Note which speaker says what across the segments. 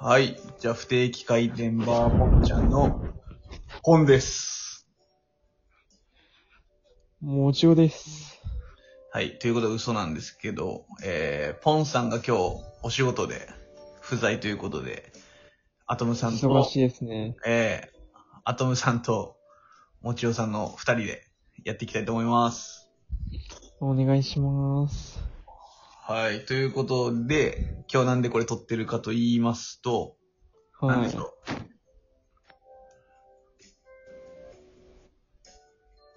Speaker 1: はい。じゃあ、不定期回転バーポンちゃんの本です。
Speaker 2: もちろです。
Speaker 1: はい。ということは嘘なんですけど、えー、ポンさんが今日お仕事で不在ということで、アトムさん
Speaker 2: 忙
Speaker 1: と
Speaker 2: し、いですね。
Speaker 1: えー、アトムさんともちおさんの二人でやっていきたいと思います。
Speaker 2: お願いします。
Speaker 1: はい。ということで、今日なんでこれ撮ってるかと言いますと、なん
Speaker 2: は
Speaker 1: でし
Speaker 2: い
Speaker 1: ょ。う。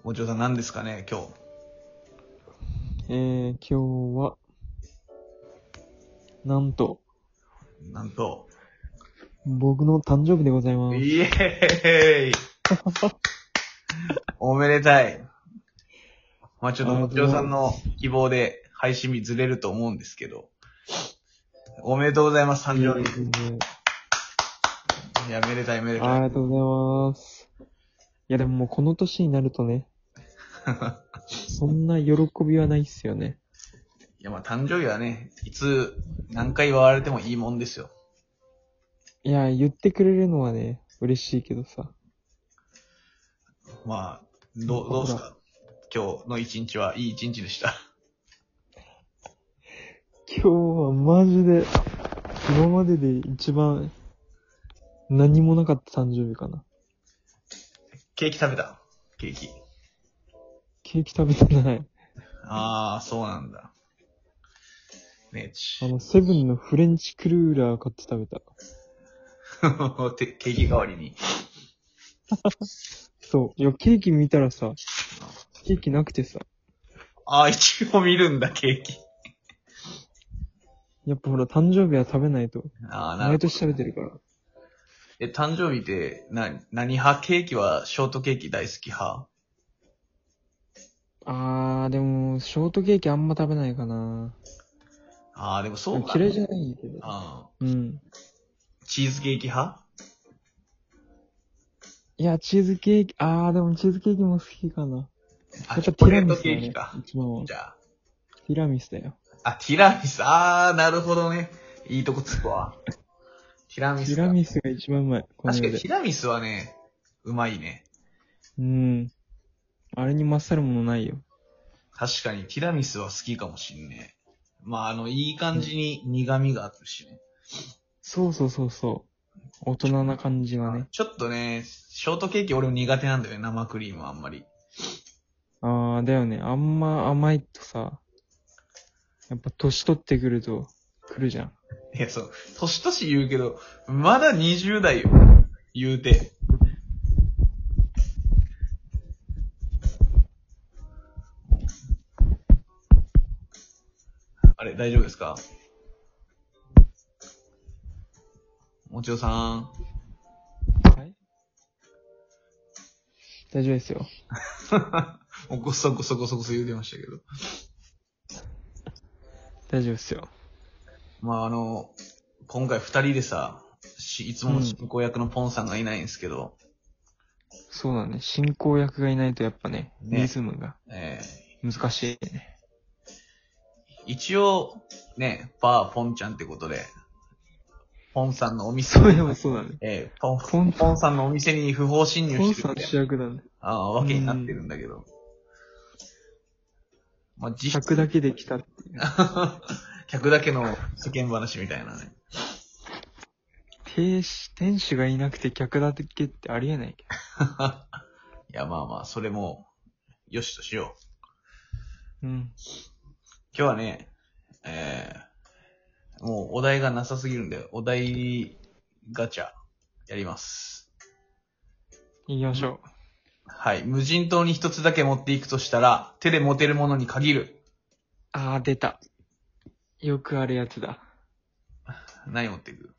Speaker 1: もちろさん何ですかね、今日。
Speaker 2: えー、今日は、なんと、
Speaker 1: なんと。
Speaker 2: 僕の誕生日でございます。
Speaker 1: イエーイ おめでたい。まあちょっともちろさんの希望で配信日ずれると思うんですけど。おめでとうございます、誕生日。いや、めでたい、めで
Speaker 2: あ
Speaker 1: た
Speaker 2: り
Speaker 1: い。
Speaker 2: がとうございます。いやでももうこの年になる とね、そんな喜びはないっすよね。
Speaker 1: いや、まあ誕生日はね、いつ何回言われてもいいもんですよ。
Speaker 2: いや、言ってくれるのはね、嬉しいけどさ。
Speaker 1: まあ、どう、どうですか今日の一日はいい一日でした。
Speaker 2: 今日はマジで、今までで一番、何もなかった誕生日かな。
Speaker 1: ケーキ食べたケーキ。
Speaker 2: ケーキ食べてない。
Speaker 1: ああ、そうなんだ。ねえち
Speaker 2: あ。の、セブンのフレンチクルーラー買って食べた。
Speaker 1: てケーキ代わりに。
Speaker 2: そう。いや、ケーキ見たらさ、ケーキなくてさ。
Speaker 1: ああ、いちご見るんだ、ケーキ。
Speaker 2: やっぱほら、誕生日は食べないと。
Speaker 1: ああ、な
Speaker 2: 毎
Speaker 1: るほど。
Speaker 2: 年食べてるから。
Speaker 1: え、誕生日って、な、何派ケーキはショートケーキ大好き派
Speaker 2: あー、でも、ショートケーキあんま食べないかな。
Speaker 1: ああ、でもそうか。
Speaker 2: 嫌いじ
Speaker 1: ゃ
Speaker 2: ゃないけど。
Speaker 1: ああ
Speaker 2: うん。
Speaker 1: チーズケーキ派
Speaker 2: いや、チーズケーキ、あー、でもチーズケーキも好きかな。
Speaker 1: あ、
Speaker 2: やっ
Speaker 1: チョ
Speaker 2: ぱテ
Speaker 1: コ
Speaker 2: ィ
Speaker 1: レ
Speaker 2: ラ
Speaker 1: ー
Speaker 2: ミ
Speaker 1: ト
Speaker 2: ス
Speaker 1: ケ
Speaker 2: だ
Speaker 1: ーキ
Speaker 2: ね
Speaker 1: か。。
Speaker 2: 一番は。
Speaker 1: じ
Speaker 2: テ
Speaker 1: ゃあ。
Speaker 2: ィラミスだよ。
Speaker 1: あ、ティラミス。ああ、なるほどね。いいとこつくわ。ティラ
Speaker 2: テ
Speaker 1: ミス
Speaker 2: ィ
Speaker 1: か。
Speaker 2: ラミスが一番うまい。この
Speaker 1: 確かに
Speaker 2: 世で
Speaker 1: テ。ィラミスはね、うまいね。
Speaker 2: うん。あれに勝るものないよ。
Speaker 1: 確かにティラミスは好きかもしんねえ。まあ、あの、いい感じに苦味があるしね。
Speaker 2: そうそうそうそう。大人な感じがね。
Speaker 1: ちょっとね、ショートケーキ俺も苦手なんだよね、生クリームはあんまり。
Speaker 2: ああ、だよね。あんま甘いとさ、やっぱ年取ってくると、来るじゃん。
Speaker 1: いや、そう、年々言うけど、まだ20代よ。言うて。あれ、大丈夫ですかもちおさん。
Speaker 2: はい大丈夫ですよ。
Speaker 1: もうごそごそごそごそ言うてましたけど。
Speaker 2: 大丈夫ですよ。
Speaker 1: まああの、今回二人でさ、しいつもの進行役のポンさんがいないんですけど、
Speaker 2: そうだね。進行役がいないとやっぱね、
Speaker 1: ね
Speaker 2: リズムが
Speaker 1: え
Speaker 2: 難しいね。
Speaker 1: ー一応、ね、バーポンちゃんってことで、ポンさんのお店、
Speaker 2: そういえばそうだね。
Speaker 1: えーポン、
Speaker 2: ポン
Speaker 1: ポンさんのお店に不法侵入
Speaker 2: コン
Speaker 1: して
Speaker 2: さ
Speaker 1: るっ
Speaker 2: ん
Speaker 1: て
Speaker 2: 主役だね。
Speaker 1: ああわけになってるんだけど。まあ、 実質
Speaker 2: 客だけで来たっていう。
Speaker 1: 客だけの世間話みたいなね。
Speaker 2: 店主、店主がいなくて客だけってありえないけ
Speaker 1: いや、まあまあ、それも、よしとしよう。
Speaker 2: ど。うん。
Speaker 1: 今日はね、えー、もうお題がなさすぎるんで、お題ガチャやります。
Speaker 2: 行きましょ
Speaker 1: はい。無人島に一つだけ持っていくとしたら、手で持てるものに限る。
Speaker 2: う。ああ、出た。よくあるやつだ。
Speaker 1: 何持っていく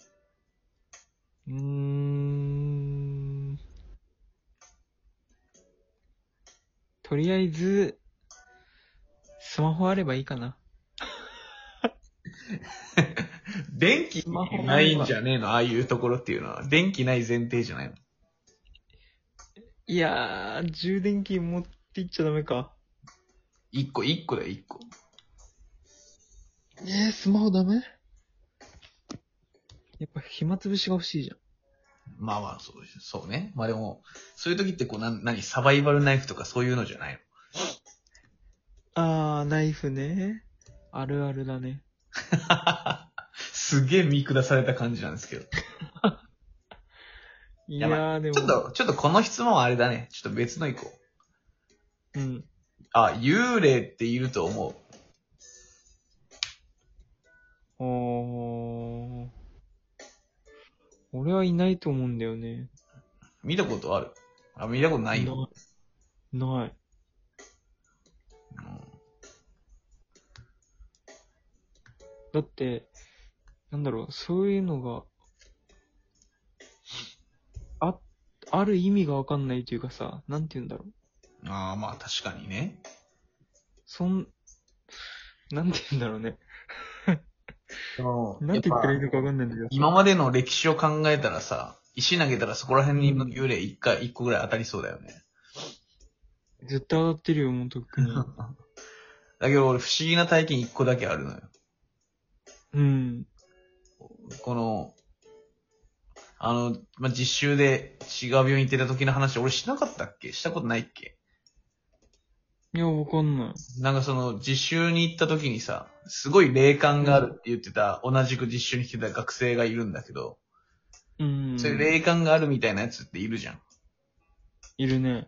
Speaker 2: うーんとりあえず、スマホあればいいかな。
Speaker 1: 電気
Speaker 2: スマホ
Speaker 1: ないんじゃねえのああいうところっていうのは。電気ない前提じゃないの。
Speaker 2: いやー、充電器持っていっちゃダメか。
Speaker 1: 一個、一個だよ、一個。
Speaker 2: えー、スマホダメやっぱ暇つぶしが欲しいじゃん。
Speaker 1: まあまあ、そうです。そうね。まあでも、そういう時ってこう、なん、何、サバイバルナイフとかそういうのじゃないの
Speaker 2: あー、ナイフね。あるあるだね。
Speaker 1: すげえ見下された感じなんですけど。ち
Speaker 2: い
Speaker 1: や
Speaker 2: やー、でも。
Speaker 1: ょっと、ちょっとこの質問はあれだね。ちょっと別の行こう。
Speaker 2: うん。
Speaker 1: あ、幽霊っていると思う。
Speaker 2: おー。俺はいないと思うんだよね。
Speaker 1: 見たことあるあ、見たことないよ。
Speaker 2: な。ない。
Speaker 1: うん
Speaker 2: だって、なんだろう、そういうのが、あ、ある意味がわかんないというかさ、なんて言うんだろう。
Speaker 1: ああ、まあ確かにね。
Speaker 2: そん、なんて言うんだろうね。
Speaker 1: そ
Speaker 2: なんて言ったらいいのかわかんないんだけど。
Speaker 1: 今までの歴史を考えたらさ、石投げたらそこら辺にの幽霊一回、一個ぐらい当たりそうだよね。
Speaker 2: 絶対当たってるよ、もうとっ くに。
Speaker 1: だけど俺不思議な体験一個だけあるのよ。
Speaker 2: うん。
Speaker 1: この、あの、まあ、実習で違う病院行ってた時の話、俺しなかったっけしたことないっけ
Speaker 2: いや、わかんない。
Speaker 1: なんかその、実習に行った時にさ、すごい霊感があるって言ってた、同じく実習に来てた学生がいるんだけど、
Speaker 2: うん。
Speaker 1: そういう霊感があるみたいなやつっているじゃん。
Speaker 2: いるね。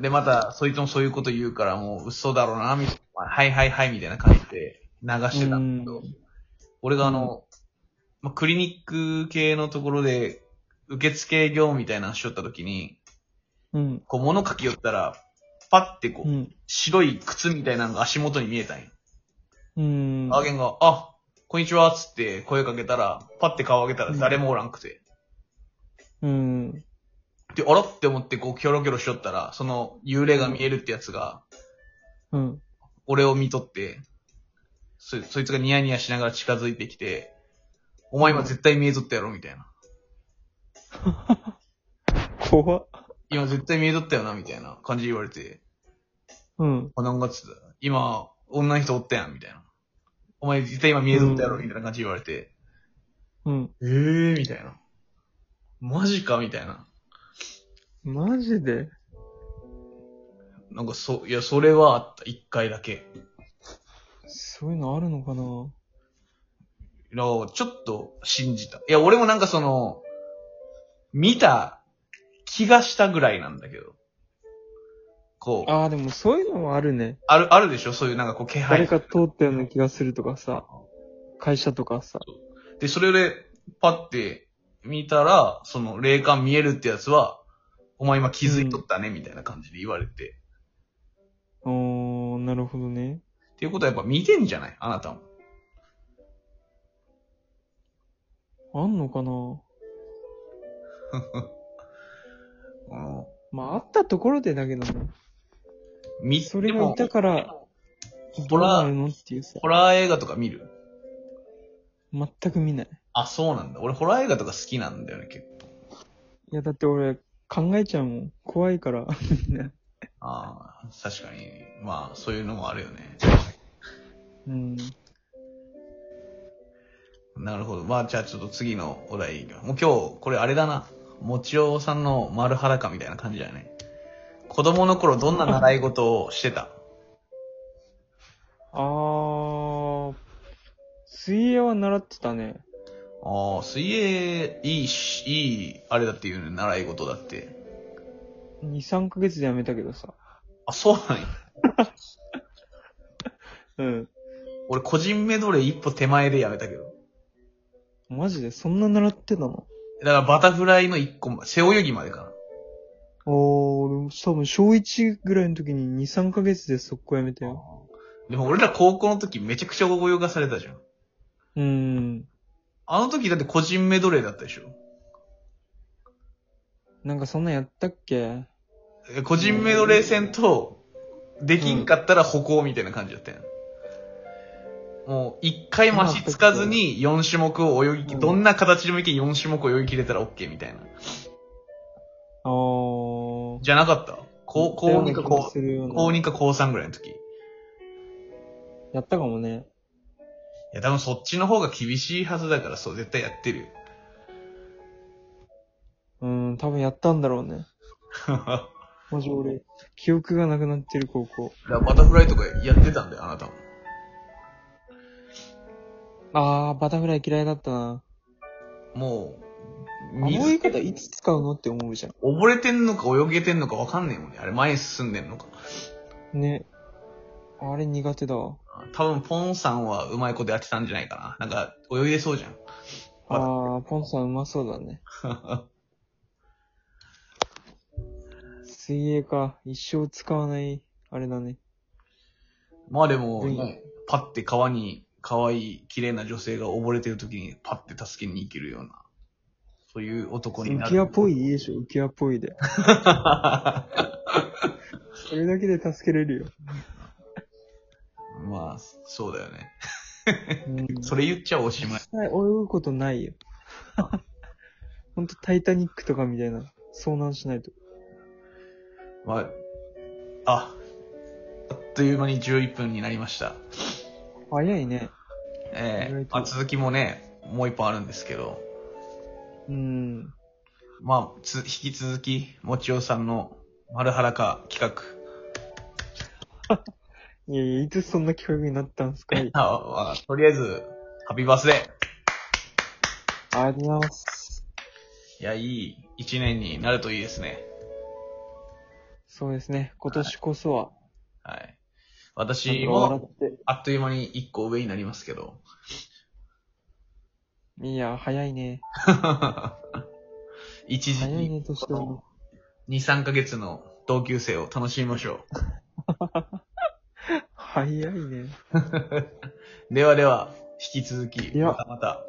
Speaker 1: で、また、そいつもそういうこと言うから、もう嘘だろうな、みたいな、はいはいはい、みたいな感じで流してたんだけど
Speaker 2: う、
Speaker 1: 俺があの、まあ、クリニック系のところで、受付業みたいなのしよった時に、
Speaker 2: うん。
Speaker 1: こう物書き寄ったら、パってこ
Speaker 2: う
Speaker 1: う、
Speaker 2: ん。
Speaker 1: 白い靴みたいなのが足元に見えたんよ。
Speaker 2: うん。
Speaker 1: アーゲンが、あ、こんにちは、つって声かけたら、パって顔上げたら誰もおらんくて。
Speaker 2: うん。
Speaker 1: で、あらって思ってこう、キョロキョロしよったら、その幽霊が見えるってやつが、
Speaker 2: うん。
Speaker 1: 俺を見とって、そ、そいつがニヤニヤしながら近づいてきて、お前今絶対見えとったやろみたいな。
Speaker 2: 怖っ。
Speaker 1: 今絶対見えとったよなみたいな感じで言われて、
Speaker 2: うん。
Speaker 1: あ、なんかつった今、女の人おったやんみたいな。お前絶対今見えとったやろみたいな感じで言われて、
Speaker 2: うん。
Speaker 1: えーみたいな。マジかみたいな。
Speaker 2: マジで
Speaker 1: なんかそ、いや、それはあった。一回だけ。
Speaker 2: そういうのあるのかな
Speaker 1: だからちょっと信じた。いや、俺もなんかその、見た気がしたぐらいなんだけど。こう、あ
Speaker 2: ああ、でもそういうのもあるね。
Speaker 1: る、あるでしょそういうなんかこう気
Speaker 2: 誰
Speaker 1: 配。
Speaker 2: か通ったような気がするとかさ、会社とかさ。
Speaker 1: で、それで、パって見たら、その霊感見えるってやつは、お前今気づいとったね、みたいな感じで言われて。
Speaker 2: おー、なるほどね。
Speaker 1: っていうことはやっぱ見てんじゃないあなたも。
Speaker 2: あんのかな
Speaker 1: この
Speaker 2: まあ、あったところでだけどね。
Speaker 1: 見
Speaker 2: それがいたから、
Speaker 1: ホ
Speaker 2: どう
Speaker 1: ラ
Speaker 2: な
Speaker 1: ー
Speaker 2: るのっていうさ。
Speaker 1: ホラー映画とか見る
Speaker 2: 全く見ない。
Speaker 1: あ、そうなんだ。俺ホラー映画とか好きなんだよね、結構。
Speaker 2: いや、だって俺、考えちゃうもん。怖いから。みんな
Speaker 1: ああ、確かに。まあ、そういうのもあるよね。
Speaker 2: うん。
Speaker 1: なるほど。まあ、じゃあちょっと次のお題いきますもう今日、これあれだな。もちおさんの丸裸みたいな感じだね。子供の頃どんな習い事をしてた
Speaker 2: あー、水泳は習ってたね。
Speaker 1: ああ、水泳、いいし、いい、あれだっていうね、習い事だって。
Speaker 2: 2、3ヶ月でやめたけどさ。
Speaker 1: あ、そうなんや。
Speaker 2: うん。
Speaker 1: 俺、個人メドレー一歩手前でやめたけど。
Speaker 2: マジでそんな習ってたの
Speaker 1: だから、バタフライの一個ま、背泳ぎまでかな。
Speaker 2: あー、俺、多分小1ぐらいの時に2、3ヶ月で速攻やめたよ。
Speaker 1: でも、俺ら高校の時めちゃくちゃ泳がされたじゃん。
Speaker 2: うん。
Speaker 1: あの時だって個人メドレーだったでしょ
Speaker 2: なんかそんなんやったっけ
Speaker 1: え個人メドレー戦と、できんかったら歩行みたいな感じだったやん。もう、一回マシつかずに4種目を泳ぎ、
Speaker 2: うん
Speaker 1: どんな形でもいけ4種目を泳ぎ切れたら OK みたいな。
Speaker 2: あー。
Speaker 1: じゃなかった高高2か
Speaker 2: こ
Speaker 1: 高
Speaker 2: う、
Speaker 1: 高
Speaker 2: こうに。
Speaker 1: 2か高3ぐらいの時。
Speaker 2: やったかもね。
Speaker 1: や、多分そっちの方が厳しいはずだから、そう、絶対やってるよ。
Speaker 2: うん、多分やったんだろうね。
Speaker 1: だか
Speaker 2: マジ俺、記憶がなくなってる高校。
Speaker 1: らバタフライとかやってたんだよ、あなたも。
Speaker 2: あー、バタフライ嫌いだったな。
Speaker 1: もう、
Speaker 2: あの言い方いつ使うのって思うじゃ
Speaker 1: 溺れてんのか泳げてんのかわかんねえもんね。あれ前に進んでんのか。
Speaker 2: ん。ね。あれ苦手だわ。
Speaker 1: 多分ポンさんはうまいことやってたんじゃないかな。なんか泳いでそうじゃん。
Speaker 2: あー、ポンさんうまそうだ ね。水泳か。一生使わない、あれだね。
Speaker 1: まあでも、
Speaker 2: うん
Speaker 1: ねパッて川に、可愛い、綺麗な女性が溺れてる時にパッて助けに行けるような、そういう男にな
Speaker 2: 浮
Speaker 1: る。
Speaker 2: き輪っぽい でしょ、浮き輪っぽいで。それだけで助けれ るよ。
Speaker 1: まあ、そうだよね。
Speaker 2: うん、
Speaker 1: それ言っちゃおしまい。
Speaker 2: 実際泳ぐことない よ。ほんとタイタニックとかみたいな。遭難しないと。
Speaker 1: まあ、あ、あっという間に11分になりました。
Speaker 2: 早いね。
Speaker 1: え
Speaker 2: 意
Speaker 1: え
Speaker 2: 外と
Speaker 1: まあ、続きもね、もう一本あるんですけど、
Speaker 2: うん。
Speaker 1: まあ、つ引き続き、もちおさんの丸裸企画。。
Speaker 2: いやいや、いつそんな企画になったんすかい
Speaker 1: あまあ、とりあえず、ハッピーバースデー。
Speaker 2: ありがとうございます。
Speaker 1: いや、いい一年になるといいですね。
Speaker 2: そうですね。今年こそは、
Speaker 1: はい。
Speaker 2: なん
Speaker 1: 私
Speaker 2: か笑
Speaker 1: も、
Speaker 2: っ
Speaker 1: あっという間に一個上になりますけど。
Speaker 2: て。いや、早いね。
Speaker 1: 一時
Speaker 2: 早い
Speaker 1: に、
Speaker 2: ね、年取る の。
Speaker 1: 2、3ヶ月の同級生を楽しみましょ
Speaker 2: 早いね。
Speaker 1: う。ではでは、引き続き、
Speaker 2: いや
Speaker 1: またまた。